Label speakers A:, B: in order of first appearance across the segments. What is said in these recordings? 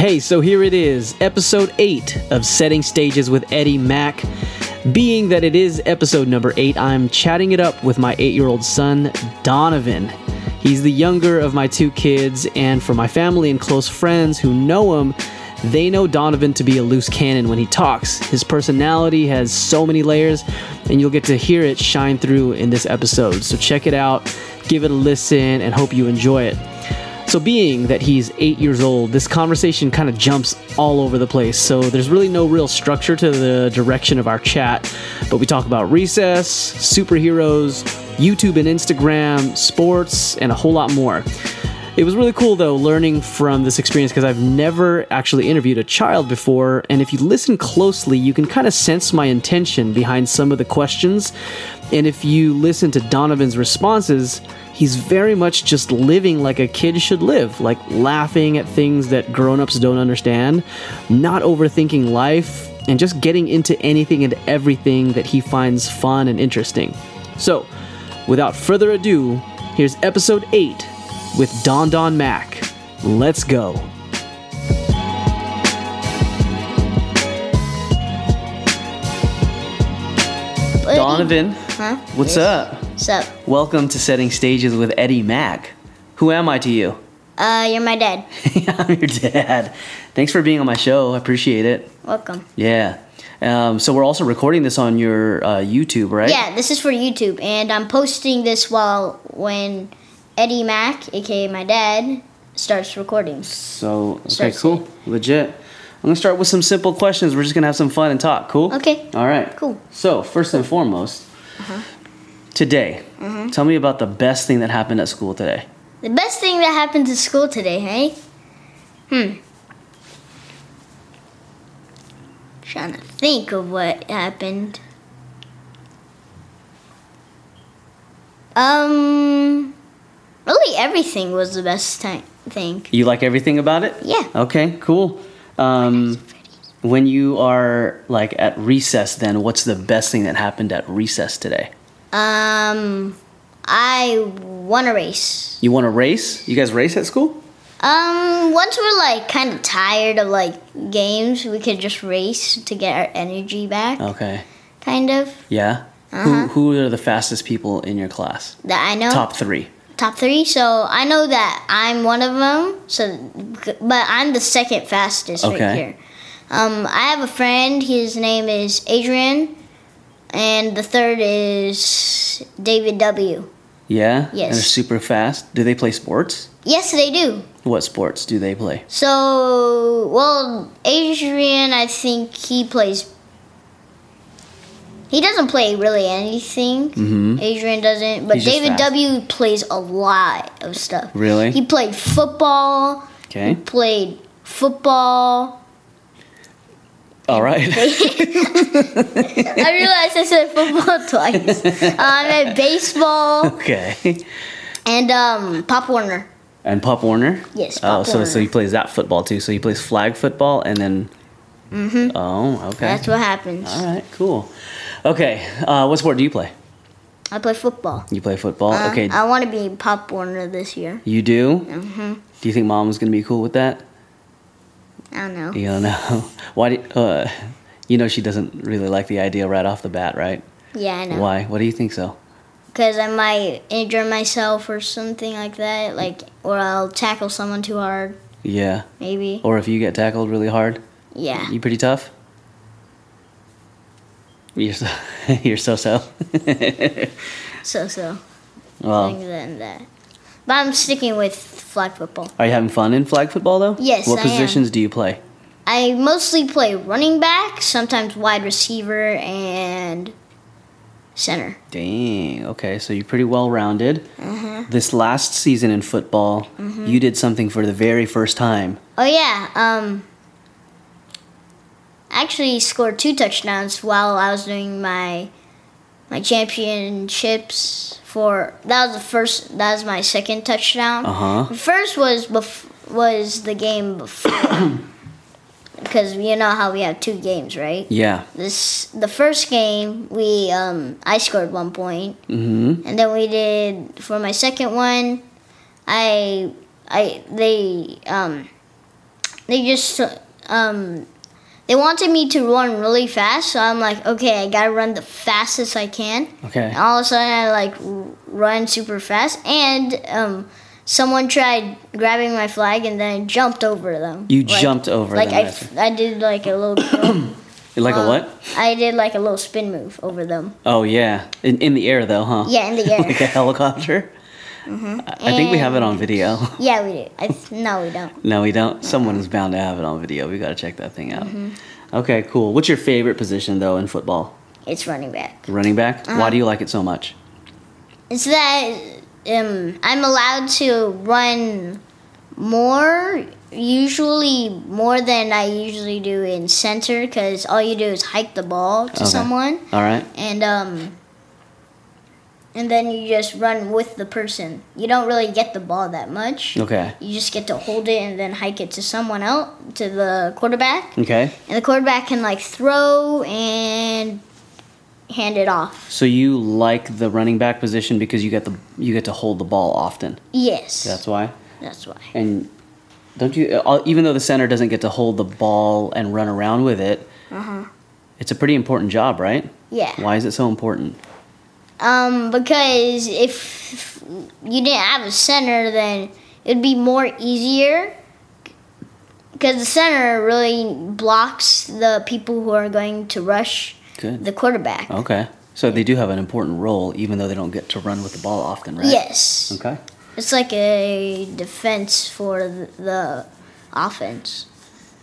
A: Hey, so here it is, episode 8 of Setting Stages with Eddie Mack. Being that it is episode number 8, I'm chatting it up with my 8 year old son, Donovan. He's the younger of my two kids, and for my family and close friends who know him, they know Donovan to be a loose cannon when he talks. His personality has so many layers, and you'll get to hear it shine through in this episode. So check it out, give it a listen, and hope you enjoy it. So, being that he's eight years old, this conversation kind of jumps all over the place. So, there's really no real structure to the direction of our chat, but we talk about recess, superheroes, YouTube and Instagram, sports, and a whole lot more. It was really cool though learning from this experience because I've never actually interviewed a child before. And if you listen closely, you can kind of sense my intention behind some of the questions. And if you listen to Donovan's responses, he's very much just living like a kid should live, like laughing at things that grown ups don't understand, not overthinking life, and just getting into anything and everything that he finds fun and interesting. So, Without further ado, here's episode 8 with Don Don Mac. Let's go. Donovan,
B: Huh?
A: what's up?
B: What's up?
A: Welcome to Setting Stages with Eddie Mac. Who am I to you?
B: Uh, you're my dad.
A: I'm your dad. Thanks for being on my show. I appreciate it.
B: Welcome.
A: Yeah. Um, so we're also recording this on your uh, YouTube, right?
B: Yeah, this is for YouTube, and I'm posting this while when Eddie Mac, aka my dad, starts recording.
A: So okay,
B: Start
A: cool, legit. I'm gonna start with some simple questions. We're just gonna have some fun and talk. Cool.
B: Okay.
A: All right.
B: Cool. Uh-huh.
A: So first and foremost, today,
B: Mm-hmm.
A: tell me about the best thing that happened at school today.
B: The best thing that happened to school today, hey? Hmm. Trying to think of what happened. Um, really, everything was the best ti- thing.
A: You like everything about it?
B: Yeah.
A: Okay. Cool. Um, when you are like at recess, then what's the best thing that happened at recess today?
B: Um, I won a race.
A: You want to race? You guys race at school?
B: Um, once we're like kind of tired of like games, we could just race to get our energy back.
A: Okay.
B: Kind of
A: Yeah.
B: Uh-huh.
A: Who, who are the fastest people in your class?
B: that I know
A: Top three.
B: top three. So I know that I'm one of them. So, but I'm the second fastest
A: Okay.
B: right here. Um, I have a friend. His name is Adrian, and the third is David W.
A: Yeah. And
B: Yes.
A: they're super fast. Do they play sports?
B: Yes, they do.
A: What sports do they play?
B: So, well, Adrian, I think he plays. He doesn't play really anything.
A: Mhm.
B: Adrian doesn't, but
A: He's just
B: David
A: fast.
B: W plays a lot of stuff.
A: Really?
B: He played football.
A: Okay.
B: Played football.
A: All right.
B: I realized I said football twice. Uh, I meant baseball
A: okay.
B: and um, Pop Warner.
A: And Pop Warner?
B: Yes,
A: Oh,
B: Pop
A: so, so
B: Warner.
A: he plays that football too. So he plays flag football and then. Mm-hmm. Oh, okay.
B: That's what happens.
A: All right, cool. Okay, uh, what sport do you play?
B: I play football.
A: You play football?
B: Uh,
A: okay.
B: I want to be Pop Warner this year.
A: you do?
B: hmm
A: Do you think mom's going to be cool with that?
B: I don't know.
A: You don't know. Why do, uh, you know she doesn't really like the idea right off the bat, right?
B: Yeah, I know.
A: Why? What do you think so?
B: because I might injure myself or something like that, like or I'll tackle someone too hard,
A: Yeah.
B: maybe.
A: Or if you get tackled really hard?
B: yeah.
A: You pretty tough? You're so you're so so.
B: So so
A: well,
B: things than that. But I'm sticking with flag football.
A: are you having fun in flag football though?
B: Yes,
A: What
B: I am.
A: positions do you play?
B: I mostly play running back, sometimes wide receiver and center.
A: Dang. Okay, so you're pretty well rounded.
B: Mm-hmm.
A: This last season in football, you did something for the very first time.
B: Oh yeah, um I actually scored two touchdowns while I was doing my my championships for that was the first that was my second touchdown.
A: Uh huh.
B: The first was bef- was the game before. Because you know how we have two games, right?
A: Yeah.
B: This the first game we um I scored one point,
A: Mm-hmm.
B: and then we did for my second one, I I they um they just um, they wanted me to run really fast, so I'm like, okay, I gotta run the fastest I can.
A: Okay.
B: And all of a sudden, I like r- run super fast, and um, someone tried grabbing my flag, and then I jumped over them.
A: You
B: Like-
A: jumped over
B: like
A: them,
B: I,
A: I
B: f-
A: see.
B: I did like a little. Um,
A: Like
B: Uh-huh.
A: a what?
B: I did like a little spin move over them.
A: Oh yeah, in, in the air though, huh?
B: Yeah, in the air. Mm-hmm.
A: like a helicopter. I, I think we have it on video.
B: Yeah, we do. I th- no, we don't.
A: No, we don't. Someone is bound to have it on video. We got to check that thing out.
B: Mm-hmm.
A: Okay, cool. What's your favorite position though in football?
B: It's running back.
A: Running back.
B: Uh-huh.
A: Why do you like it so much?
B: It's that um, I'm allowed to run more, usually more than I usually do in center, because all you do is hike the ball to
A: Okay.
B: someone,
A: All right.
B: and um, and then you just run with the person. You don't really get the ball that much.
A: Okay.
B: You just get to hold it and then hike it to someone else, to the quarterback,
A: Okay.
B: and the quarterback can like throw and hand it off.
A: So you like the running back position because you get the you get to hold the ball often.
B: Yes,
A: That's why.
B: that's why.
A: And don't you? uh, Even though the center doesn't get to hold the ball and run around with it, it's a pretty important job, right?
B: Uh-huh. Yeah.
A: Why is it so important?
B: Um, because if you didn't have a center, then it'd be more easier. Because the center really blocks the people who are going to rush
A: Good.
B: the quarterback.
A: Okay. So they do have an important role, even though they don't get to run with the ball often, right?
B: Yes,
A: Okay.
B: it's like a defense for th- the offense.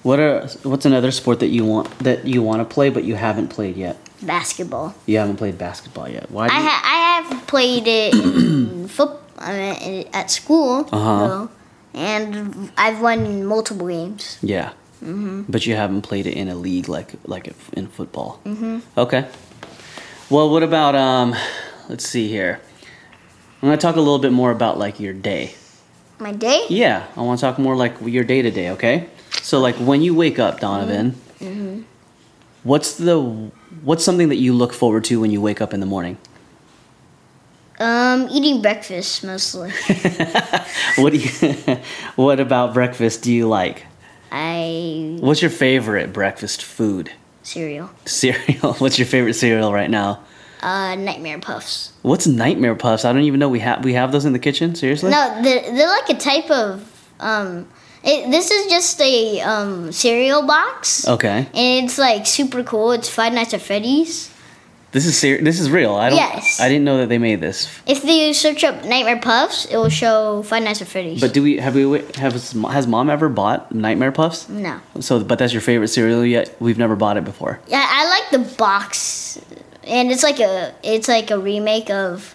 A: What are what's another sport that you want that you want to play but you haven't played yet?
B: Basketball.
A: You haven't played basketball yet. Why? Do
B: I
A: you,
B: ha- I have played it in foot I mean, i- at school
A: Uh-huh.
B: though, and I've won multiple games.
A: yeah. Mm-hmm. But you haven't played it in a league like like in football. Mm-hmm. Okay. Well, what about um? Let's see here. I'm gonna talk a little bit more about like your day.
B: My day.
A: Yeah, I want to talk more like your day to day, okay? So like when you wake up, Donovan, Mm-hmm. what's the what's something that you look forward to when you wake up in the morning?
B: Um, eating breakfast mostly.
A: What do you What about breakfast do you like?
B: I
A: What's your favorite breakfast food?
B: cereal.
A: Cereal. What's your favorite cereal right now?
B: Uh, nightmare puffs.
A: What's nightmare puffs? I don't even know we have we have those in the kitchen. Seriously?
B: No, they're, they're like a type of um. It, this is just a um cereal box.
A: Okay.
B: And it's like super cool. It's Five Nights at Freddy's.
A: This is ser- this is real. I don't
B: Yes.
A: I didn't know that they made this.
B: If you search up Nightmare Puffs, it will show Five Nights at Freddy's.
A: But do we have we have has mom ever bought nightmare puffs?
B: no.
A: So, but that's your favorite cereal yet? We've never bought it before.
B: Yeah, I like the box, and it's like a it's like a remake of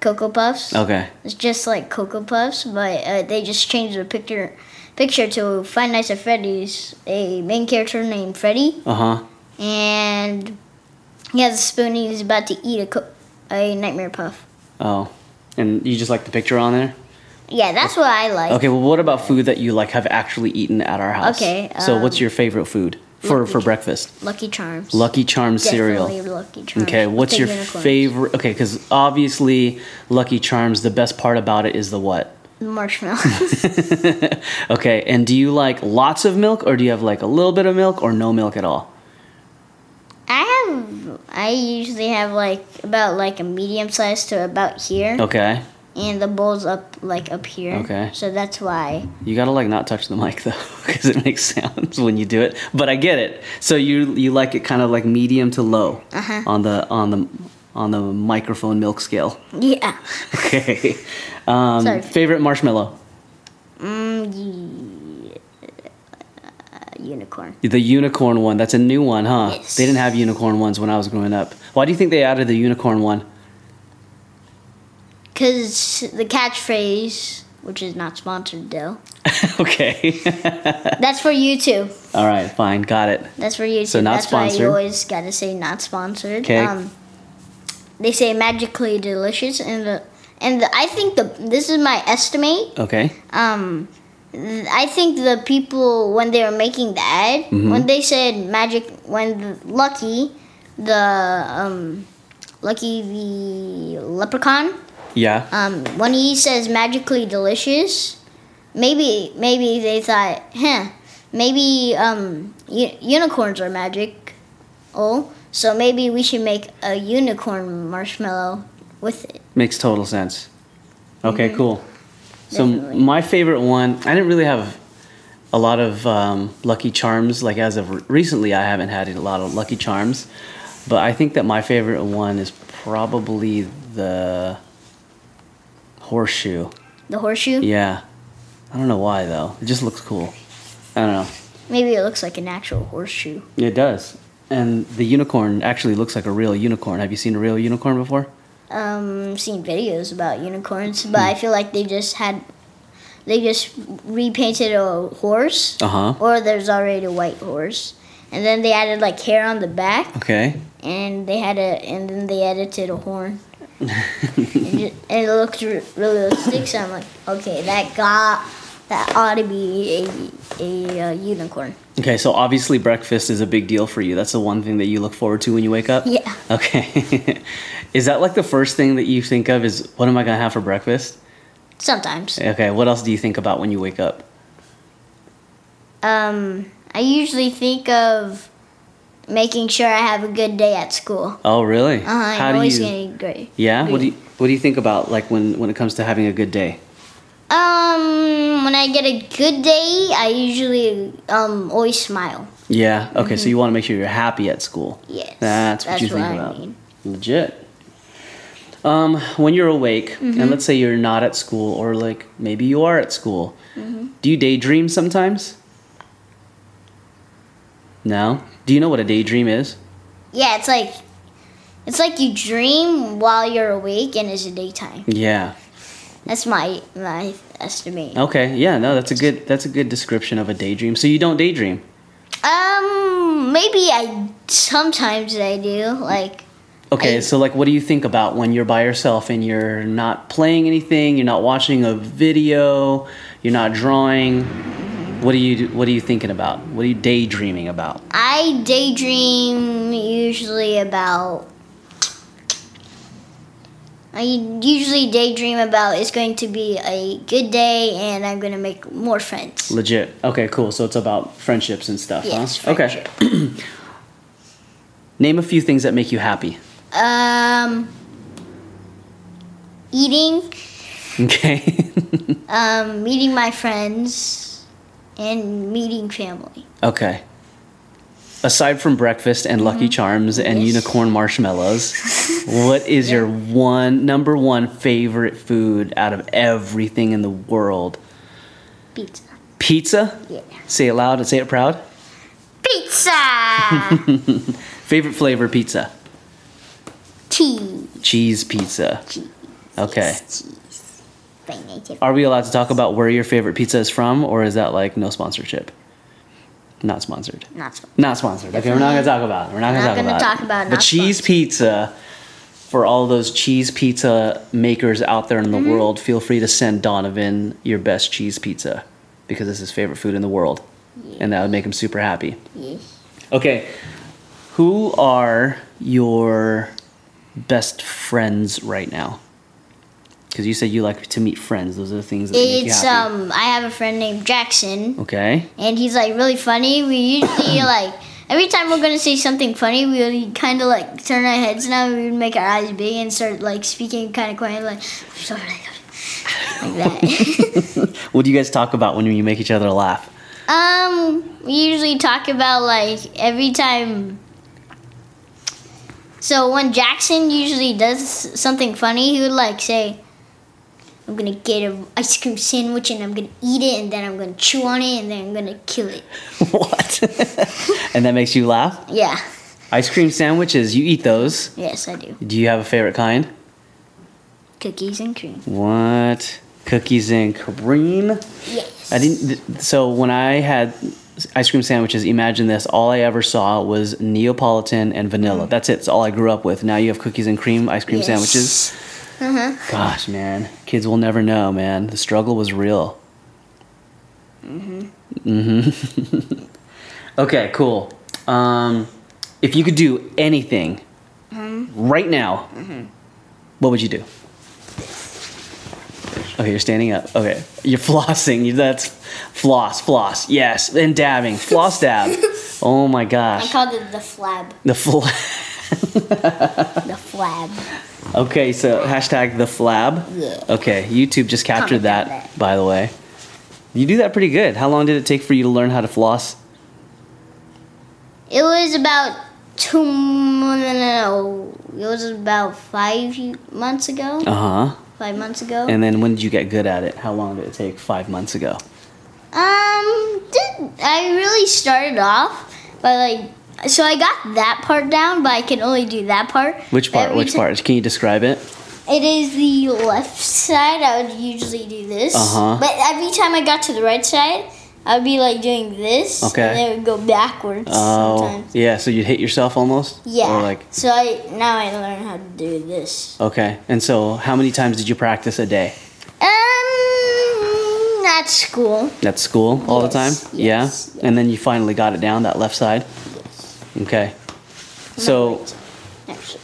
B: Cocoa Puffs.
A: Okay.
B: It's just like Cocoa Puffs, but uh, they just changed the picture picture to Five Nights at Freddy's. A main character named Freddy,
A: Uh huh.
B: and he has a spoon. And he's about to eat a co- a nightmare puff.
A: Oh, and you just like the picture on there.
B: Yeah, that's what I like.
A: Okay. Well, what about food that you like have actually eaten at our house?
B: Okay, um,
A: so, what's your favorite food for for breakfast?
B: Lucky Charms.
A: Lucky Charms cereal.
B: Definitely Lucky Charms.
A: Okay.
B: with
A: What's
B: the
A: your
B: unicorns.
A: favorite? Okay, because obviously Lucky Charms. The best part about it is the what?
B: Marshmallows.
A: Okay. And do you like lots of milk, or do you have like a little bit of milk, or no milk at all?
B: I have. I usually have like about like a medium size to about here,
A: Okay.
B: and the bowl's up like up here.
A: Oh. Okay.
B: So that's why.
A: You gotta like not touch the mic though, because it makes sounds when you do it. But I get it. So you you like it kind of like medium to low
B: Uh-huh.
A: on the on the on the microphone milk scale.
B: Yeah.
A: Okay. Um,
B: Sorry.
A: favorite marshmallow?
B: Mm, ye- uh, unicorn.
A: The unicorn one. That's a new one, huh?
B: Yes.
A: They didn't have unicorn ones when I was growing up. Why do you think they added the unicorn one?
B: Because the catchphrase, which is not sponsored, though.
A: okay.
B: That's for you too.
A: All right. Fine. Got it.
B: That's for you too.
A: So not
B: That's why
A: sponsored.
B: you always gotta say not sponsored. Um,
A: 'Kay.
B: they say magically delicious, and the and the, I think the this is my estimate.
A: Okay.
B: Um, th- I think the people when they were making the ad,
A: Mm-hmm.
B: when they said magic, when the, Lucky, the um, Lucky the leprechaun,
A: Yeah.
B: um, when he says magically delicious, maybe maybe they thought, huh, maybe um, u- unicorns are magic. Oh, so maybe we should make a unicorn marshmallow with it.
A: Makes total sense. Okay, cool. So
B: Definitely.
A: my favorite one, I didn't really have a lot of um, Lucky Charms. Like as of re- recently, I haven't had a lot of Lucky Charms, but I think that my favorite one is probably the horseshoe.
B: The horseshoe.
A: Yeah, I don't know why though. It just looks cool. I don't know.
B: Maybe it looks like an actual horseshoe.
A: It does. And the unicorn actually looks like a real unicorn. Have you seen a real unicorn before?
B: Um, seen videos about unicorns, but I feel like they just had, they just repainted a horse,
A: Uh huh.
B: or there's already a white horse, and then they added like hair on the back.
A: Okay.
B: and they had a and then they edited a horn and, ju- and it looked re- realistic so i'm like okay that got that ought to be a, a, uh unicorn
A: Okay, so obviously breakfast is a big deal for you. That's the one thing that you look forward to when you wake up?
B: yeah
A: Okay. is that like the first thing that you think of is what am I going to have for breakfast?
B: sometimes
A: Okay, what else do you think about when you wake up?
B: um i usually think of making sure i have a good day at school
A: Oh, really?
B: uh, i'm
A: do
B: always
A: you
B: gonna be great
A: Yeah, what do
B: agree.
A: you what do you think about like when when it comes to having a good day?
B: um when i get a good day i usually um always smile
A: Yeah. Okay,
B: Mm-hmm.
A: so you want to make sure you're happy at school.
B: yes
A: That's what you think
B: I
A: about.
B: mean.
A: Legit. Um, when you're awake, and let's say you're not at school, or like maybe you are at school, do you daydream sometimes? No. Do you know what a daydream is?
B: Yeah, it's like it's like you dream while you're awake and it's daytime.
A: Yeah.
B: That's my my estimate.
A: Okay. Yeah. No, that's a good that's a good description of a daydream. So you don't daydream.
B: Um, maybe I sometimes I do like
A: Okay.
B: I-
A: so like, what do you think about when you're by yourself and you're not playing anything, you're not watching a video, you're not drawing? What do you do- What are you thinking about? What are you daydreaming about?
B: I daydream usually about. I usually daydream about it's going to be a good day and I'm going to make more friends.
A: Legit. Okay, cool. So it's about friendships and stuff,
B: Yes,
A: huh?
B: friendship.
A: Okay. Name a few things that make you happy.
B: Um, eating.
A: Okay.
B: um, meeting my friends and meeting family.
A: okay. Aside from breakfast and Lucky Charms and
B: Mm-hmm. Yes.
A: unicorn marshmallows, what is your one number one favorite food out of everything in the world?
B: Pizza.
A: Pizza?
B: Yeah.
A: Say it loud and say it proud.
B: Pizza!
A: Favorite flavor pizza?
B: cheese.
A: Cheese pizza.
B: Cheese.
A: Okay.
B: Cheese. Very native.
A: Are we allowed to talk about where your favorite pizza is from, or is that like no sponsorship? Not sponsored.
B: Not sp-
A: Not sponsored. Okay, we're not gonna talk about it. We're not gonna,
B: Not
A: talk,
B: gonna
A: about
B: talk
A: it.
B: about it,
A: But
B: not
A: cheese
B: sponsored.
A: pizza for all those cheese pizza makers out there in the
B: Mm-hmm.
A: world. Feel free to send Donovan your best cheese pizza because it's his favorite food in the world, and that would make him super happy.
B: yeah.
A: Okay, who are your best friends right now? Because you said you like to meet friends. Those are the things that make you
B: It's,
A: happy.
B: um, I have a friend named Jackson,
A: okay.
B: and he's like really funny. We usually like, every time we're gonna say something funny, we would kind of like turn our heads now, and we would make our eyes big and start like speaking kind of quiet, like, like that.
A: What do you guys talk about when you make each other laugh?
B: Um, we usually talk about like every time. So when Jackson usually does something funny, he would like say, "I'm gonna get an ice cream sandwich and I'm gonna eat it and then I'm gonna chew on it and then I'm gonna kill it."
A: what? and that makes you laugh?
B: Yeah.
A: Ice cream sandwiches, you eat those.
B: Yes, I do.
A: Do you have a favorite kind?
B: Cookies and cream.
A: What? Cookies and cream?
B: Yes.
A: I didn't. th- So when I had ice cream sandwiches, imagine this. All I ever saw was Neapolitan and vanilla. That's it. It's all I grew up with. Now you have cookies and cream ice cream
B: Yes.
A: sandwiches. Gosh, man, kids will never know, man. The struggle was real. Mhm. Mhm. okay, cool. Um, if you could do anything right now, what would you do? Okay, you're standing up. Okay, you're flossing. You- That's floss, floss. Yes, and dabbing. Floss dab. Oh my
B: I
A: gosh.
B: called it the flab.
A: The flab.
B: The flab.
A: Okay, so hashtag the flab.
B: Yeah.
A: Okay, YouTube just captured
B: Comment on
A: that,
B: that.
A: by the way. You do that pretty good. How long did it take for you to learn how to floss?
B: It was about two. No, no, no. It was about five months ago.
A: Uh huh.
B: Five months ago.
A: And then when did you get good at it? How long did it take? Five months ago.
B: Um, did I really started off by like so I got that part down, but I can only do that part.
A: Which part?
B: Every
A: Which
B: ti-
A: part? Can you describe it?
B: It is the left side. I would usually do this,
A: Uh-huh.
B: but every time I got to the right side, I would be like doing this,
A: Okay.
B: and then it would go backwards
A: Oh,
B: sometimes.
A: yeah. So you'd hit yourself almost.
B: Yeah.
A: Or like,
B: so I now I learn how to do this.
A: okay. And so, how many times did you practice a day?
B: Um, at school.
A: At school, all the time.
B: Yes,
A: yeah.
B: yes, yes.
A: And then you finally got it down that left side. Okay. So,
B: Actually,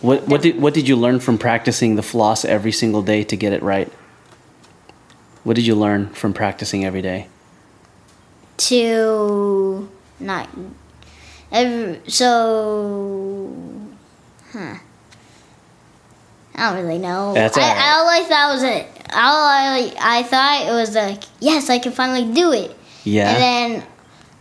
A: what what did what did you learn from practicing the floss every single day to get it right? What did you learn from practicing every day?
B: to not every, so huh i don't really know
A: That's
B: I,
A: alright.
B: all i thought was it all i i thought it was like yes i can finally do it
A: Yeah.
B: and then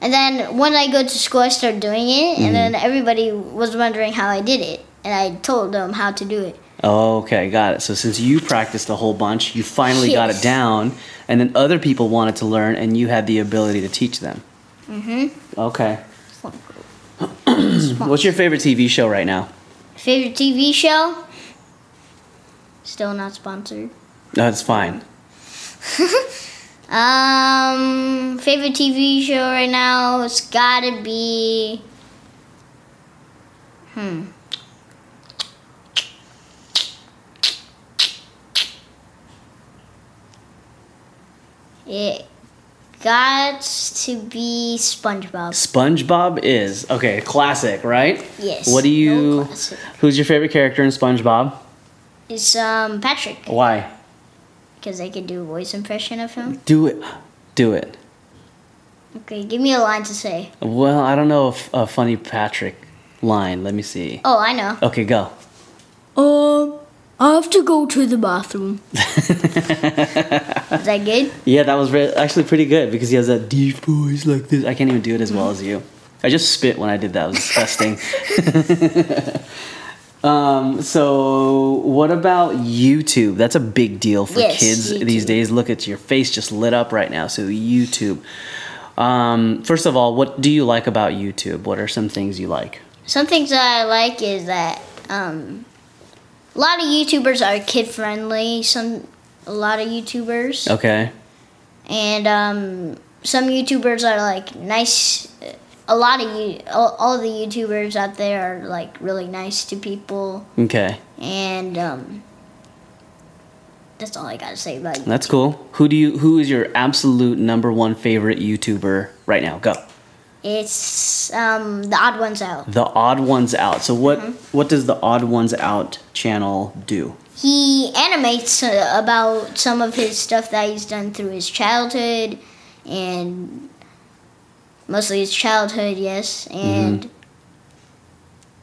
B: and then when i go to school i start doing it
A: Mm-hmm.
B: and then everybody was wondering how i did it and i told them how to do it
A: Okay, got it. So since you practiced a whole bunch, you finally got it
B: Yes.
A: down, and then other people wanted to learn, and you had the ability to teach them. Mm-hmm. Okay. What's your favorite TV show right now?
B: favorite tv show still not sponsored
A: No, it's fine.
B: Um, favorite TV show right now has gotta be. Hmm. It got to be SpongeBob.
A: SpongeBob is okay, classic, right?
B: Yes.
A: What do
B: no
A: you?
B: classic.
A: who's your favorite character in SpongeBob?
B: It's um Patrick
A: Why?
B: because I could do a voice impression of him.
A: Do it. Do it.
B: Okay, give me a line to say.
A: Well, I don't know if a funny Patrick line. Let me see.
B: Oh, I know.
A: Okay, go.
B: Um, I have to go to the bathroom. Is that good?
A: Yeah, that was re- actually pretty good because he has that deep voice like this. I can't even do it as well as you. I just spit when I did that. It was disgusting. um, so, what about YouTube? That's a big deal for
B: Yes,
A: kids these
B: YouTube.
A: days. Look at your face just lit up right now. So, YouTube. Um, first of all, what do you like about YouTube? What are some things you like?
B: Some things that I like is that um, a lot of YouTubers are kid friendly. Some, a lot of YouTubers,
A: Okay.
B: and um, some YouTubers are like nice. A lot of you, all, all the YouTubers out there are like really nice to people,
A: Okay.
B: and um, that's all I gotta say about it.
A: That's cool. Who do you who is your absolute number one favorite YouTuber right now? Go.
B: It's um, the odd ones out.
A: the odd ones out so what
B: Mm-hmm.
A: what does the odd ones out channel do
B: he animates uh, about some of his stuff that he's done through his childhood and mostly his childhood yes and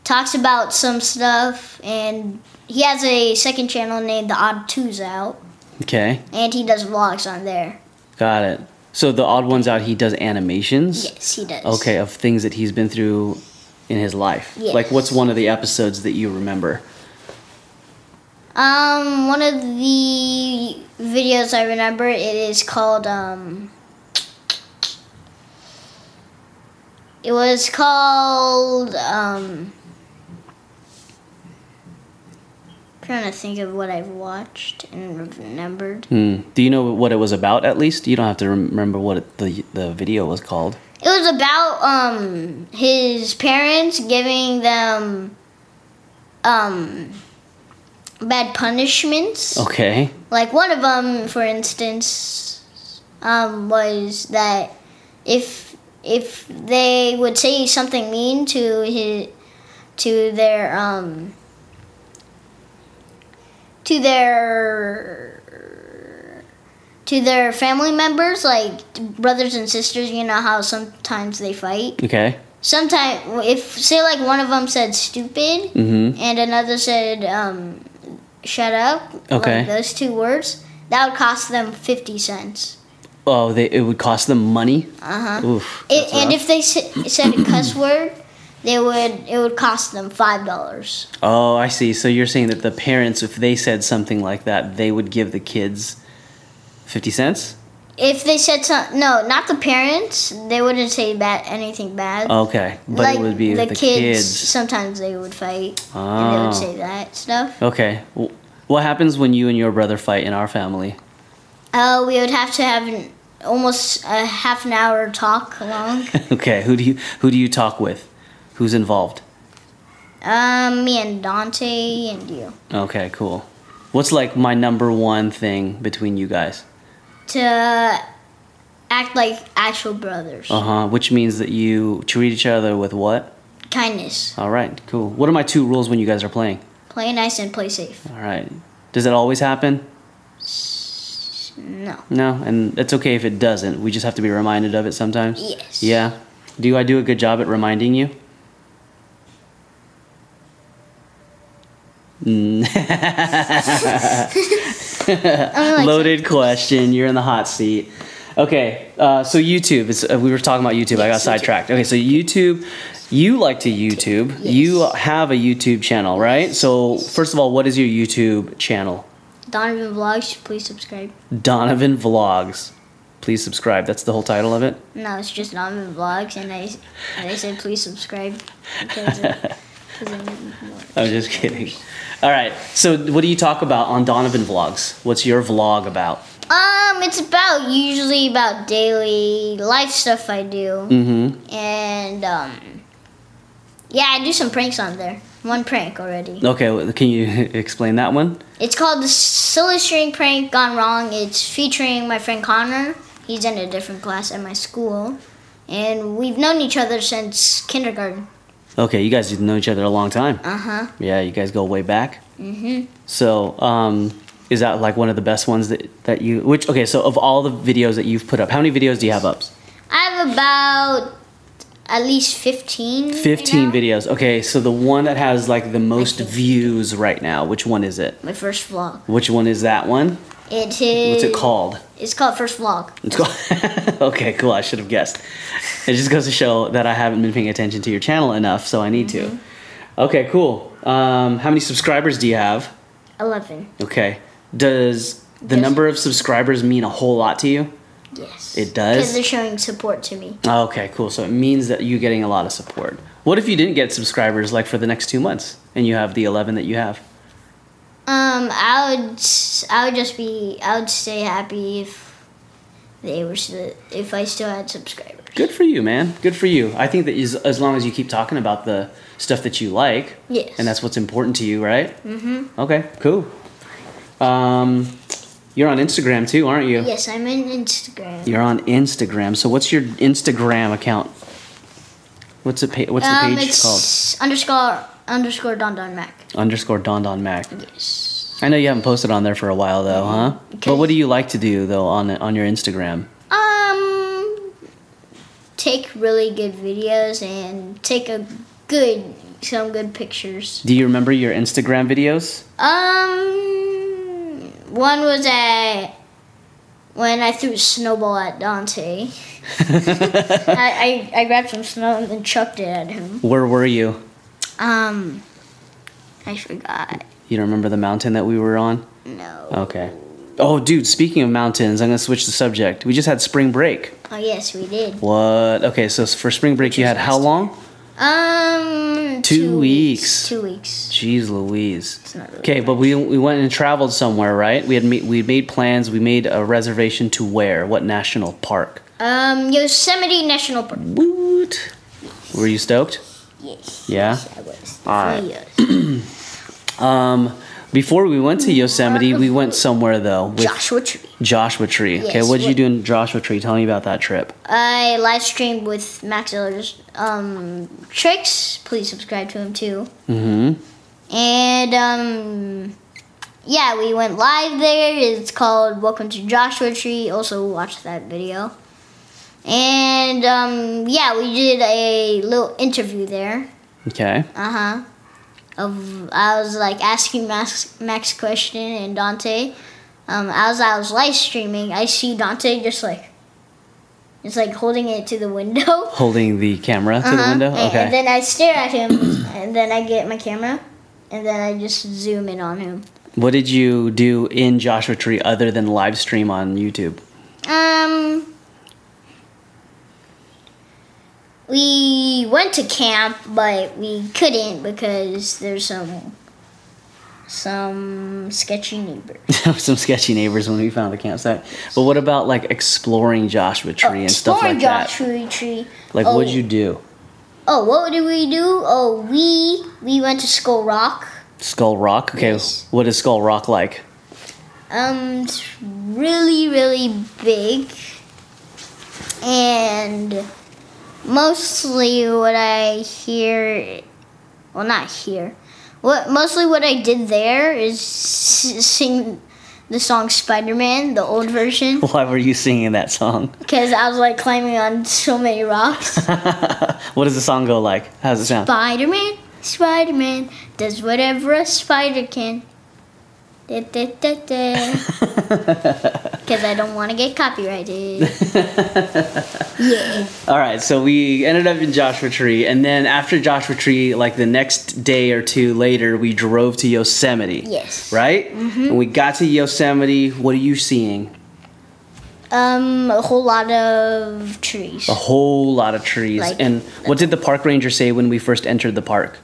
B: talks about some stuff and he has a second channel named the odd twos out
A: okay
B: and he does vlogs on there
A: got it so the odd ones out he does animations
B: yes he does
A: okay of things that he's been through in his life
B: Yes.
A: like what's one of the episodes that you remember
B: um one of the videos i remember it is called um it was called um trying to think of what i've watched and remembered
A: hmm. do you know what it was about at least you don't have to rem- remember what it, the, the video was called
B: it was about um his parents giving them um bad
A: Oh.
B: punishments
A: okay
B: Like one of them, for instance, um, was that if if they would say something mean to his to their um to their to their family members, like brothers and sisters. You know how sometimes they fight.
A: Okay.
B: Sometimes, if say like one of them said stupid
A: Mm-hmm.
B: and another said um, shut up,
A: Okay.
B: like those two words, that would cost them fifty cents.
A: Oh, they, it would cost them money.
B: Uh huh.
A: Oof.
B: It,
A: that's
B: and
A: rough.
B: if they s- said a cuss word, they would it would cost them five dollars.
A: oh, I see. So you're saying that the parents, if they said something like that, they would give the kids fifty cents.
B: If they said some, no, not the parents. They wouldn't say bad anything bad.
A: Okay, Oh, but
B: like
A: it would be
B: the,
A: the,
B: kids,
A: kids.
B: Sometimes they would fight and they
A: Oh.
B: would say that stuff.
A: Okay. W- What happens when you and your brother fight in our family?
B: Oh, we would have to have an, almost a half an hour talk long.
A: okay. Who do you who do you talk with? Who's involved?
B: um, me and Dante and you
A: Okay. Cool. What's like my number one thing between you guys?
B: to act like actual brothers.
A: Uh huh. Which means that you treat each other with what?
B: Kindness,
A: All right. Cool. What are my two rules when you guys are playing?
B: play nice and play safe.
A: All right. Does that always happen?
B: No.
A: No, and it's okay if it doesn't. We just have to be reminded of it sometimes.
B: Yes.
A: Yeah. Do I do a good job at reminding you?
B: I'm like,
A: Loaded question. You're in the hot seat. Okay, uh, so YouTube. It's, uh, we were talking about YouTube. I got
B: Yes, YouTube.
A: sidetracked. Okay, so YouTube. You like to YouTube. You have a YouTube channel, right? So first of all, what is your YouTube channel?
B: Donovan vlogs. Please subscribe.
A: Donovan Vlogs. Please subscribe. That's the whole title of it.
B: No, it's just Donovan vlogs, and I and I said please subscribe because. uh, 'cause I need more
A: I'm just kidding. All right. So, what do you talk about on Donovan Vlogs? What's your vlog about?
B: Um, it's about usually about daily life stuff I do,
A: Mm-hmm.
B: and um, yeah, I do some pranks on there. One prank already.
A: Okay. well, Can you explain that one?
B: It's called the silly string prank gone wrong. It's featuring my friend Connor. He's in a different class at my school, and we've known each other since kindergarten.
A: Okay. You guys have known each other a long time.
B: Uh huh.
A: Yeah. You guys go way back. Mm-hmm. So, um, is that like one of the best ones that that you? Which okay. So, of all the videos that you've put up, how many videos do you have up?
B: I have about at least fifteen. right
A: Fifteen
B: now.
A: videos. Okay. So the one that has like the most views right now. Which one is it?
B: My first vlog.
A: Which one is that one?
B: It is.
A: What's it called?
B: It's called first vlog.
A: It's cool. okay, cool. I should have guessed. It just goes to show that I haven't been paying attention to your channel enough, so I need to. Okay, cool. Um, how many subscribers do you have?
B: Eleven.
A: Okay. Does the
B: Does-
A: number of subscribers mean a whole lot to you?
B: Yes.
A: It does?
B: Because they're showing support to me.
A: Okay, cool. So it means that you're getting a lot of support. What if you didn't get subscribers like for the next two months and you have the 11 that you have?
B: Um, I would, s- I would just be, I would stay happy if they were, still, if I still had subscribers.
A: Good for you, man. Good for you. I think that as, as long as you keep talking about the stuff that you like,
B: Yes.
A: and that's what's important to you, right? Mm-hmm. Okay, cool. Um, you're on Instagram too, aren't you?
B: Yes, I'm in Instagram.
A: You're on Instagram. So what's your Instagram account? What's it? Pa- what's the
B: um,
A: page
B: it's
A: called?
B: underscore underscore Don Don Mac.
A: Underscore Don Don Mac.
B: Yes.
A: I know you haven't posted on there for a while though, huh?
B: Mm-hmm. Okay.
A: But what do you like to do though on on your Instagram?
B: Um, take really good videos and take a good, some good pictures.
A: Do you remember your Instagram videos?
B: Um, one was at when I threw a snowball at Dante. I, I, I grabbed some snow and then chucked it at him.
A: Where were you?
B: Um, I forgot.
A: You don't remember the mountain that we were on?
B: No.
A: Okay. Oh, dude, speaking of mountains, I'm going to switch the subject. We just had spring break.
B: Oh yes, we did.
A: What? Okay, so for spring break, you had how long?
B: Um,
A: Two weeks.
B: Two weeks.
A: Jeez Louise.
B: not really
A: Okay, but we, we went and traveled somewhere, right? We had ma- we made plans. We made a reservation to where? What national park?
B: Um, Yosemite National Park.
A: Woot! Were you stoked?
B: Yes.
A: Yeah?
B: Yes, I was.
A: Alright.
B: Yes.
A: Um, before we went to Yosemite, we went somewhere though with
B: Joshua Tree.
A: Joshua Tree. Okay,
B: Yes,
A: what did you
B: what- Uh,
A: do in Joshua Tree? Tell me about that trip.
B: I live streamed with Max Eller's um, tricks. Please subscribe to him too.
A: Mm-hmm.
B: And um, yeah, we went live there. It's called Welcome to Joshua Tree. Also, watch that video. And um, yeah, we did a little interview there.
A: Okay.
B: Uh huh. Of I was like asking Max Max question and Dante. Um, as I was live streaming, I see Dante just like, just like holding it to the window.
A: Holding the camera to the
B: Uh-huh.
A: window.
B: And,
A: Okay.
B: and then I stare at him, and then I get my camera, and then I just zoom in on him.
A: what did you do in Joshua Tree other than live stream on YouTube?
B: Um, we went to camp, but we couldn't because there's some some sketchy neighbors.
A: Some sketchy neighbors when we found the campsite. But what about like exploring Joshua Tree and stuff
B: Exploring
A: like
B: Joshua Tree.
A: that? Like,
B: oh,
A: what'd you do?
B: Oh, what did we do? Oh, we we went to Skull Rock.
A: Skull Rock? Okay.
B: Yes.
A: What is Skull Rock like?
B: Um, it's really, really big. And mostly what I hear, well, not hear, what mostly what I did there is s- sing the song Spider Man, the old version,
A: Why were you singing that song?
B: because I was like climbing on so many rocks.
A: what does the song go like? How does it sound?
B: Spider Man, Spider Man, does whatever a spider can. Because I don't want to get copyrighted. yeah.
A: All right, so we ended up in Joshua Tree, and then after Joshua Tree, like the next day or two later, we drove to Yosemite.
B: Yes.
A: Right? Mm-hmm. And we got to Yosemite. What are you seeing?
B: Um, a whole lot of trees.
A: A whole lot of trees.
B: Like-
A: and what did the park ranger say when we first entered the park?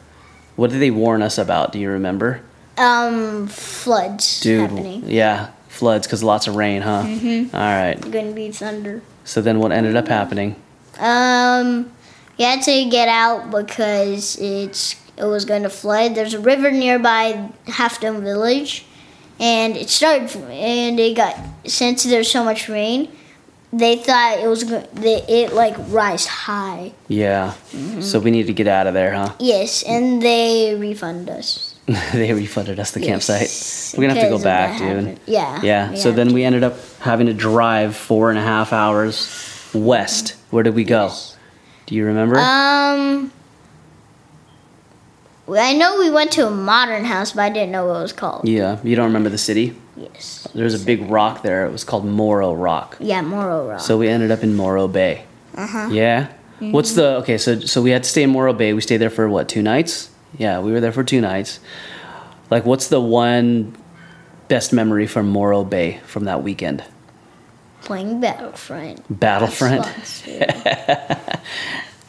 A: What did they warn us about? Do you remember?
B: Um, floods
A: Dude,
B: happening.
A: yeah, floods because lots of rain, huh? Mm-hmm. All right.
B: Gonna be thunder.
A: So then what ended up happening?
B: Um, you had to get out because it's it was going to flood. There's a river nearby Half Dome Village, and it started and it got since there's so much rain, they thought it was go- they, it like rise high.
A: Yeah.
B: Mm-hmm.
A: So we need to get out of there, huh?
B: Yes, and they refund us.
A: they refunded us the
B: Yes,
A: campsite. We're gonna have to go
B: because that
A: back, dude.
B: happened. Yeah.
A: Yeah.
B: we
A: So
B: have
A: then
B: to.
A: we ended up having to drive four and a half hours west. Where did we go? Do you remember?
B: Um, well, I know we went to a modern house, but I didn't know what it was called.
A: yeah. You don't remember the city?
B: Yes.
A: There's a big rock there. It was called Morro Rock.
B: Yeah, Morro Rock.
A: So we ended up in Morro Bay. Uh huh. Yeah. What's the okay? So so we had to stay in Morro Bay. We stayed there for what two nights? Yeah, we were there for two nights. Like, what's the one best memory from Morro Bay from that weekend?
B: playing Battlefront.
A: Battlefront
B: Xbox, yeah.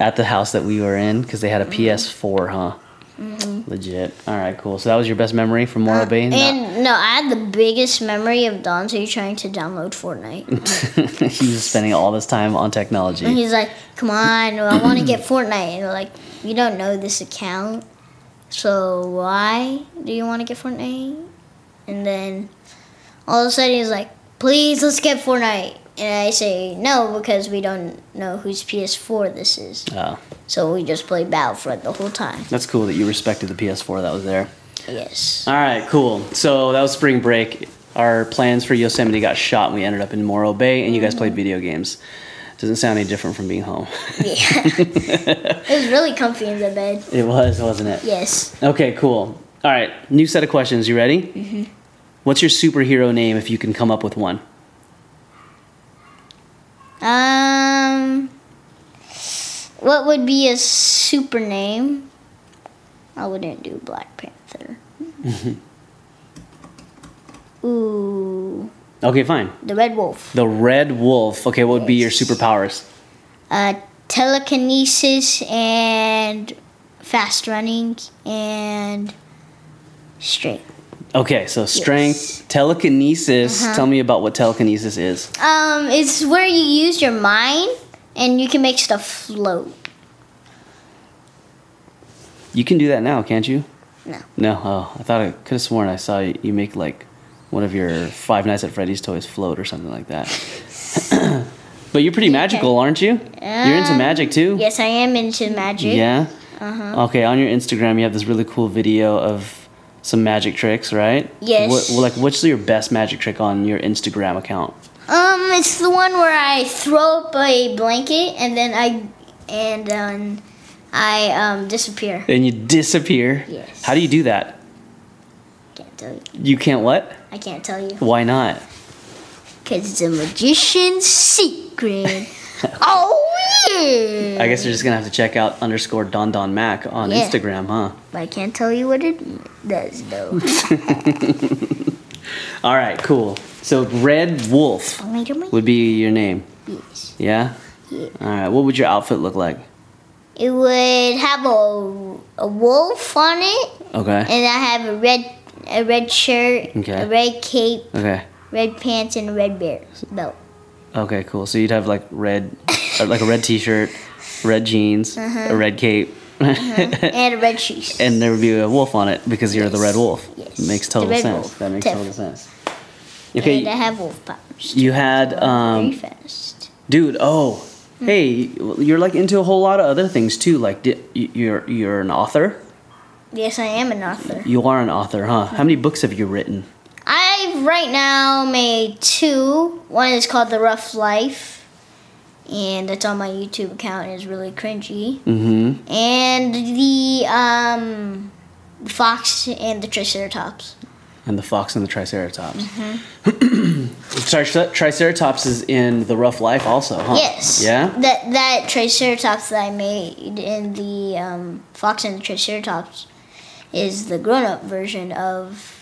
A: at the house that we were in because they had a
B: Mm-hmm.
A: PS4, huh? Legit. All right, cool. So that was your best memory from Morro Bay. Not-
B: Uh, and no, I had the biggest memory of Dante trying to download Fortnite.
A: he was spending all this time on technology.
B: And he's like, "Come on, I want to get Fortnite." And we're like, "You don't know this account, so why do you want to get Fortnite?" And then all of a sudden he's like, "Please, let's get Fortnite." And I say no because we don't know whose PS4 this is.
A: Oh,
B: So we just play Battlefront the whole time.
A: that's cool that you respected the PS4 that was there.
B: Yes.
A: All right, cool. So that was spring break. Our plans for Yosemite got shot, and we ended up in Morro Bay, and you guys
B: Mm-hmm.
A: played video games. Doesn't sound any different from being home.
B: Yeah. it was really comfy in the bed.
A: it was, wasn't it?
B: Yes.
A: Okay, cool. All right, new set of questions. You ready? Mm-hmm. What's your superhero name if you can come up with one?
B: Um, what would be a super name? I wouldn't do Black Panther. Ooh,
A: Okay, fine.
B: the Red Wolf.
A: The Red Wolf. Okay, what would be your superpowers?
B: Uh, telekinesis and fast running and straight.
A: Okay, so strength,
B: Yes. Uh-huh.
A: telekinesis. Tell me about what telekinesis is.
B: Um, it's where you use your mind and you can make stuff float.
A: You can do that now, can't you?
B: No.
A: No, oh, I thought I could have sworn I saw you you make like one of your Five Nights at Freddy's toys float or something like that. but you're pretty magical, aren't you? you're into
B: Um,
A: magic too.
B: Yes, I am into magic.
A: Yeah. Uh-huh. Okay, on your Instagram, you have this really cool video of some magic tricks, right?
B: Yes.
A: What, like, what's your best magic trick on your Instagram account?
B: Um, it's the one where I throw up a blanket and then I and um, I um, disappear.
A: And you disappear.
B: Yes.
A: How do you do that?
B: Can't tell you.
A: You can't what?
B: I can't tell you.
A: Why not?
B: Cause it's a magician's secret. oh yeah.
A: I guess you're just gonna have to check out underscore Don Don Mac on
B: Yeah.
A: Instagram, huh?
B: But I can't tell you what it does though.
A: All right, cool. So Red
B: Oh,
A: Wolf would be your name.
B: Yes.
A: Yeah.
B: Yeah.
A: All right. What would your outfit look like?
B: It would have a, a wolf on it,
A: Okay.
B: and I have a red a red shirt,
A: Okay.
B: a red cape,
A: Okay.
B: red pants, and a red bear belt.
A: Okay. Cool. So you'd have like red, or like a red T-shirt, red jeans,
B: Uh-huh.
A: a red cape,
B: and a red shoes.
A: and there would be a wolf on it because you're the
B: Uh-huh. Yes.
A: Red Wolf.
B: Yes.
A: Makes
B: The
A: total
B: Red
A: sense.
B: Wolf.
A: That makes
B: Def-
A: total sense.
B: And I
A: Okay.
B: have wolf powers.
A: You had um,
B: Very fast.
A: dude oh hey you're like into a whole lot of other things too like di- y- you're you're an author
B: Yes, I am an author.
A: you are an author huh how many books have you written
B: I've right now made two. One is called The Rough Life, and it's on my YouTube account. and It's really cringy.
A: mm-hmm
B: And the um, fox and the triceratops.
A: and the fox and the triceratops Tri- triceratops is in the rough life also huh
B: Yes.
A: yeah
B: That that triceratops that I made in the um, Fox and the Triceratops is the grown-up version of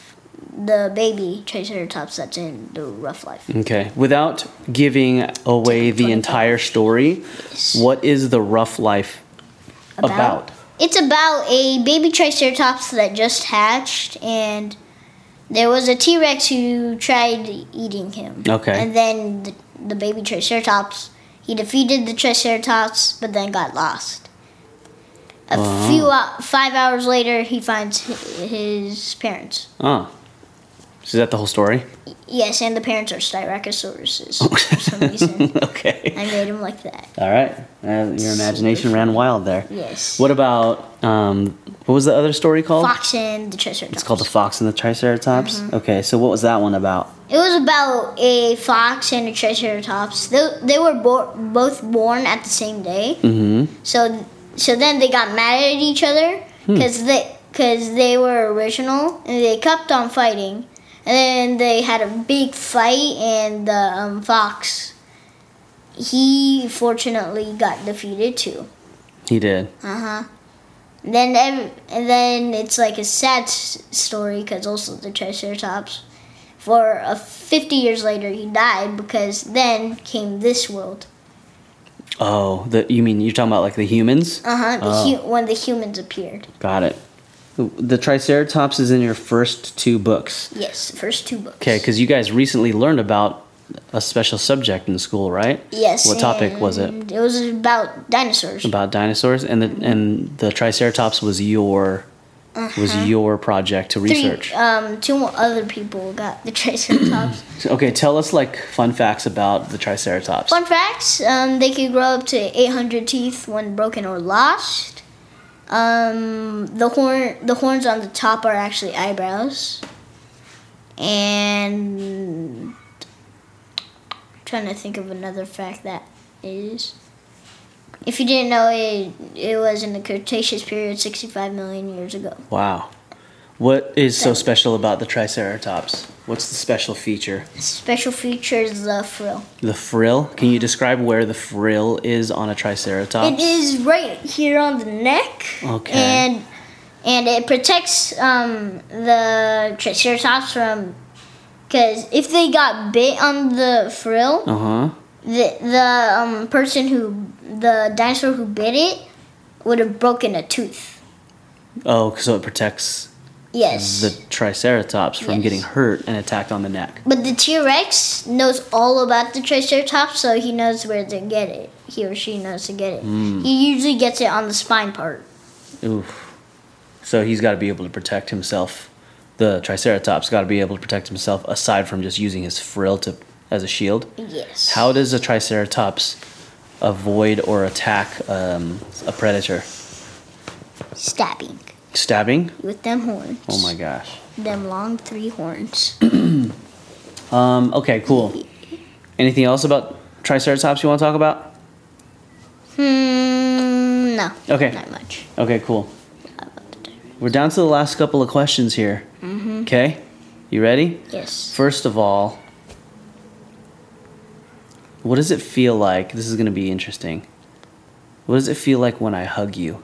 B: the baby triceratops that's in the rough life.
A: okay without giving away the entire story what is the rough life about,
B: It's about a baby triceratops that just hatched and there was a T-Rex who tried eating him.
A: Okay.
B: And then the, the baby triceratops he defeated the triceratops but then got lost. A
A: Wow.
B: few hou- 5 hours later he finds hi- his parents.
A: oh is that the whole story
B: Yes, and the parents are Styracosauruses for some reason.
A: okay
B: I made him like that.
A: All right, uh, your imagination ran wild there.
B: Yes.
A: What about um, what was the other story called?
B: Fox Mm-hmm. and the triceratops.
A: It's called the Fox and the Triceratops. Okay, so what was that one about?
B: It was about a fox and a triceratops. They, they were bo- both born at the same day.
A: Mm-hmm.
B: So so then they got mad at each other because they because they were original and they kept on fighting. And then they had a big fight and the um, fox he fortunately got defeated too.
A: He did.
B: Uh huh. Then ev- and then it's like a sad s- story because also the Triceratops, for uh, fifty years later he died because then came this world.
A: Oh, the you mean you're talking about like the humans?
B: Uh huh.
A: Oh.
B: Hu- when the humans appeared.
A: Got it. The Triceratops is in your first two books.
B: Yes, the first two books.
A: Okay, because you guys recently learned about a special subject in school, right?
B: Yes.
A: What topic was it?
B: and It was about dinosaurs.
A: About dinosaurs, and the and the Triceratops was your was your project to
B: Uh-huh. Three,
A: research.
B: um, two more other people got the Triceratops.
A: Okay, tell us like fun facts about the Triceratops.
B: Fun facts: um, They could grow up to 800 teeth when broken or lost. Um, the horn, the horns on the top are actually eyebrows. And trying to think of another fact that is. If you didn't know it, it was in the Cretaceous period 65 million years ago.
A: Wow. What is so special about the Triceratops? What's the special feature?
B: Special feature is the frill.
A: The frill? Can you describe where the frill is on a
B: It
A: Triceratops?
B: is right here on the neck.
A: Okay.
B: And and it protects um, the triceratops from because if they got bit on the frill,
A: Uh huh.
B: the the um, person who the dinosaur who bit it would have broken a tooth.
A: Oh, so it protects
B: Yes.
A: the Triceratops from
B: Yes.
A: getting hurt and attacked on the neck.
B: but the T Rex knows all about the Triceratops, so he knows where to get it. He or she knows to get it.
A: Hmm.
B: He usually gets it on the spine part.
A: Oof. So he's got to be able to protect himself. The Triceratops got to be able to protect himself aside from just using his frill to as a shield.
B: Yes.
A: How does a Triceratops avoid or attack um, a predator?
B: Stabbing.
A: Stabbing?
B: with them horns.
A: Oh my gosh.
B: Them long three horns.
A: Um, okay, cool. Anything else about Triceratops you want to talk about?
B: Hmm. No.
A: Okay.
B: Not much.
A: Okay, cool. We're down to the last couple of questions here. Okay? You ready?
B: Yes.
A: First of all, what does it feel like? This is going to be interesting. What does it feel like when I hug you?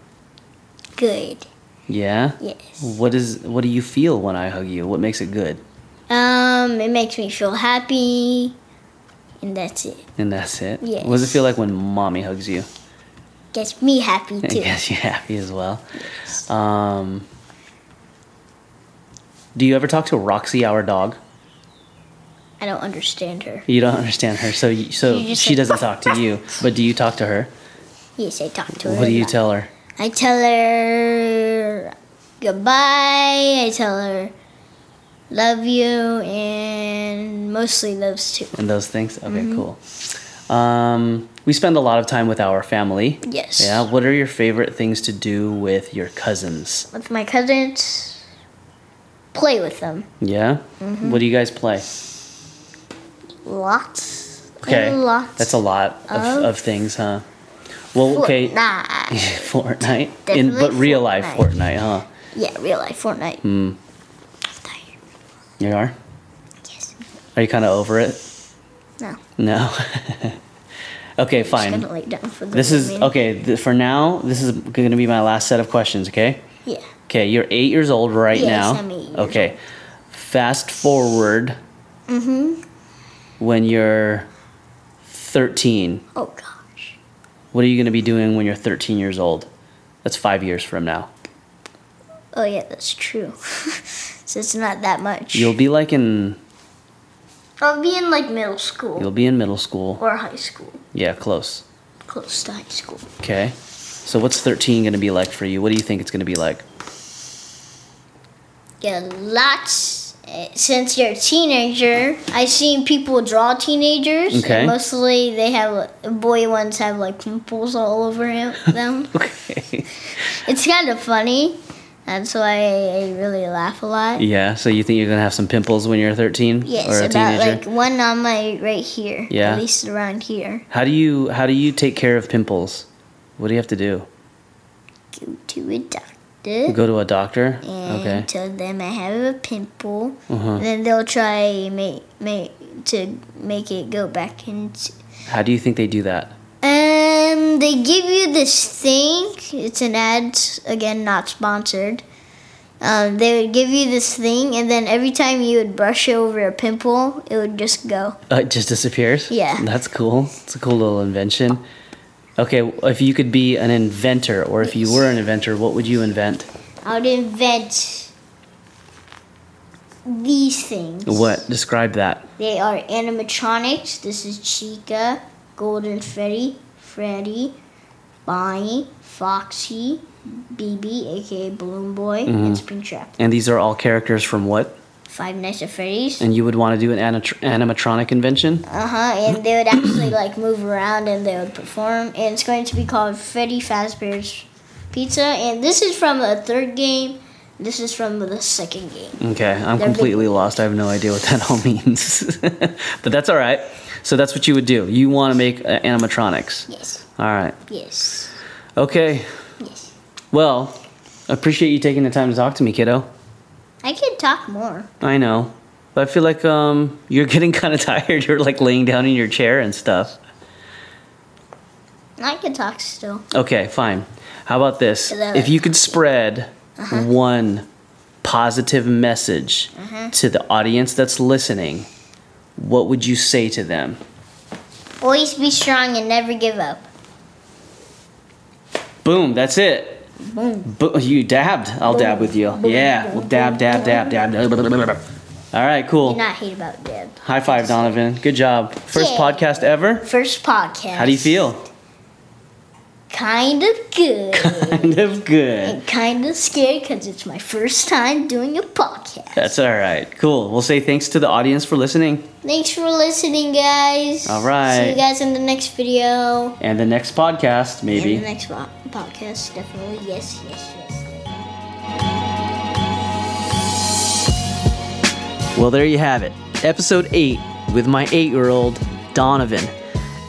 B: Good.
A: Yeah?
B: Yes.
A: What is what do you feel when I hug you? What makes it good?
B: Um. It makes me feel happy, and that's it.
A: And that's it. What does it feel like when mommy hugs you?
B: Gets me happy
A: I
B: too.
A: guess you're happy as well. Um, do you ever talk to Roxy, our dog?
B: I don't understand her.
A: You don't understand her, so you, so
B: You just
A: she
B: say,
A: doesn't talk to you. But do you talk to her?
B: Yes, I talk to her.
A: What do
B: a
A: you
B: lot.
A: tell her?
B: I tell her goodbye. I tell her love you, and mostly those two.
A: And those things. Okay,
B: Mm-hmm.
A: cool. Um, we spend a lot of time with our family.
B: Yes.
A: Yeah. What are your favorite things to do with your cousins?
B: With my cousins, play with them
A: Yeah.
B: Mm-hmm.
A: What do you guys play?
B: lots.
A: Okay.
B: Lots.
A: That's a lot of, of,
B: of-
A: things, huh? Well, okay.
B: Fortnite.
A: Fortnite. In, but
B: Definitely
A: real life
B: Fortnite.
A: Fortnite, huh?
B: Yeah, real life Fortnite.
A: Mm,
B: Tired.
A: you are?
B: Yes.
A: Are you kind of over it?
B: No.
A: No. okay,
B: I'm
A: fine.
B: gonna lay down for the
A: This is
B: women.
A: okay. Th- for now, this is going to be my last set of questions. Okay.
B: Yeah.
A: Okay, you're eight years old right
B: Yes,
A: now.
B: I'm eight years
A: okay. Fast forward.
B: Mm-hmm.
A: When you're 13,
B: Oh gosh.
A: what are you going to be doing when you're 13 years old? That's five years from now.
B: Oh yeah, that's true. so it's not that much.
A: You'll be like in
B: I'll be in like middle school
A: you'll be in middle school.
B: or high school,
A: Yeah, close.
B: close to high school.
A: Okay. So what's 13 going to be like for you? What do you think it's going to be like?
B: Yeah, lots. eh, Since you're a teenager, I've seen people draw teenagers. and
A: Okay.
B: mostly they have uh, boy ones have like pimples all over him, them.
A: Okay.
B: it's kind of funny. That's why I really laugh a lot.
A: Yeah, so you think you're going to have some pimples when you're 13
B: Yes,
A: or a
B: about
A: teenager?
B: like one on my right here.
A: Yeah.
B: At least around here.
A: how do you how do you take care of pimples? What do you have to do?
B: Go to a doctor.
A: Go to a doctor?
B: and
A: Okay.
B: tell them I have a pimple.
A: Uh-huh.
B: And then they'll try make make to make it go back into.
A: How do you think they do that?
B: Um, they give you this thing. It's an ad again, not sponsored. Um, they would give you this thing, and then every time you would brush over a pimple, it would just go.
A: Uh, it just disappears?
B: Yeah.
A: That's cool. It's a cool little invention. Okay, if you could be an inventor or if you
B: Yes.
A: were an inventor, what would you invent?
B: I would invent these things.
A: What? Describe that.
B: They are animatronics. This is Chica, Golden Freddy, Freddy, Bonnie, Foxy, BB, aka Balloon Boy, and
A: Mm-hmm.
B: Springtrap.
A: And these are all characters from what?
B: Five Nights at Freddy's.
A: And you would want to do an anatr- animatronic invention?
B: Uh huh. And they would actually like move around and they would perform. And it's going to be called Freddy Fazbear's Pizza. And this is from the third game. This is from the second game.
A: Okay, I'm
B: They're big-
A: completely lost. I have no idea what that all means. but that's all right. So that's what you would do. You want to make uh, animatronics.
B: Yes.
A: All right.
B: Yes.
A: Okay.
B: Yes.
A: Well, appreciate you taking the time to talk to me, kiddo.
B: I could talk more.
A: I know. But I feel like um, you're getting kind of tired. You're like laying down in your chair and stuff.
B: I could talk still.
A: Okay, fine. How about this?
B: Is that
A: If you could spread
B: Uh-huh.
A: one positive message
B: Uh-huh.
A: to the audience that's listening, what would you say to them?
B: Always be strong and never give up.
A: Boom, that's it. Bo- you dabbed. I'll dab with you.
B: Boom.
A: yeah, we'll dab, dab, dab, dab. dab. All right,
B: Do
A: cool.
B: not hate about Deb.
A: High five, Donovan. Good job. First
B: Yay.
A: podcast ever.
B: First podcast.
A: How do you feel?
B: Kind of good.
A: Kind of good.
B: and kind of scared because it's my first time doing a podcast.
A: That's all right. Cool. We'll say thanks to the audience for listening.
B: Thanks for listening, guys.
A: All
B: See
A: right.
B: you guys in the next video.
A: And the next podcast,
B: And
A: maybe.
B: the next po- podcast, definitely. Yes, yes, yes.
A: Well, there you have it. Episode 8 with my 8 year old, Donovan.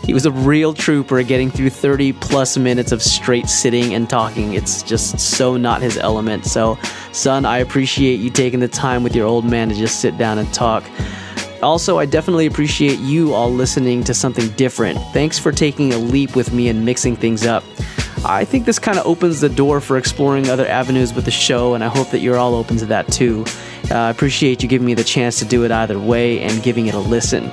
A: He was a real trooper getting through 30 plus minutes of straight sitting and talking. It's just so not his element. So, son, I appreciate you taking the time with your old man to just sit down and talk. Also, I definitely appreciate you all listening to something different. Thanks for taking a leap with me and mixing things up. I think this kind of opens the door for exploring other avenues with the show, and I hope that you're all open to that too. Uh, I appreciate you giving me the chance to do it either way and giving it a listen.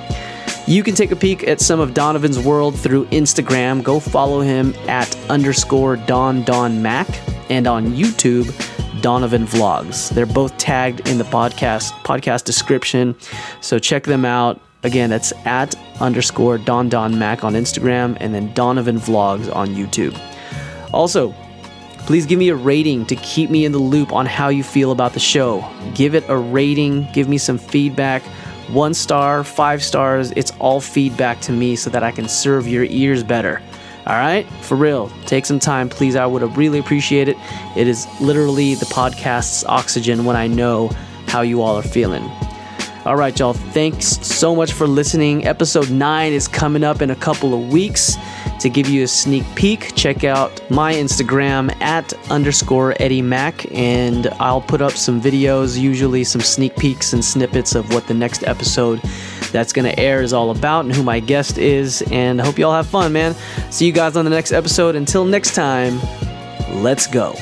A: You can take a peek at some of Donovan's world through Instagram. Go follow him at underscore Don Don Mac and on YouTube, Donovan Vlogs. They're both tagged in the podcast podcast description, so check them out. Again, that's at underscore Don Don Mac on Instagram and then Donovan Vlogs on YouTube. Also, Please give me a rating to keep me in the loop on how you feel about the show. Give it a rating, give me some feedback. One star, five stars, it's all feedback to me so that I can serve your ears better. All right? For real, take some time, please. I would really appreciate it. It is literally the podcast's oxygen when I know how you all are feeling. All right, y'all. Thanks so much for listening. Episode 9 is coming up in a couple of weeks. To give you a sneak peek, check out my Instagram at underscore Eddie Mac, and I'll put up some videos, usually some sneak peeks and snippets of what the next episode that's going to air is all about and who my guest is. And I hope y'all have fun, man. See you guys on the next episode. Until next time, let's go.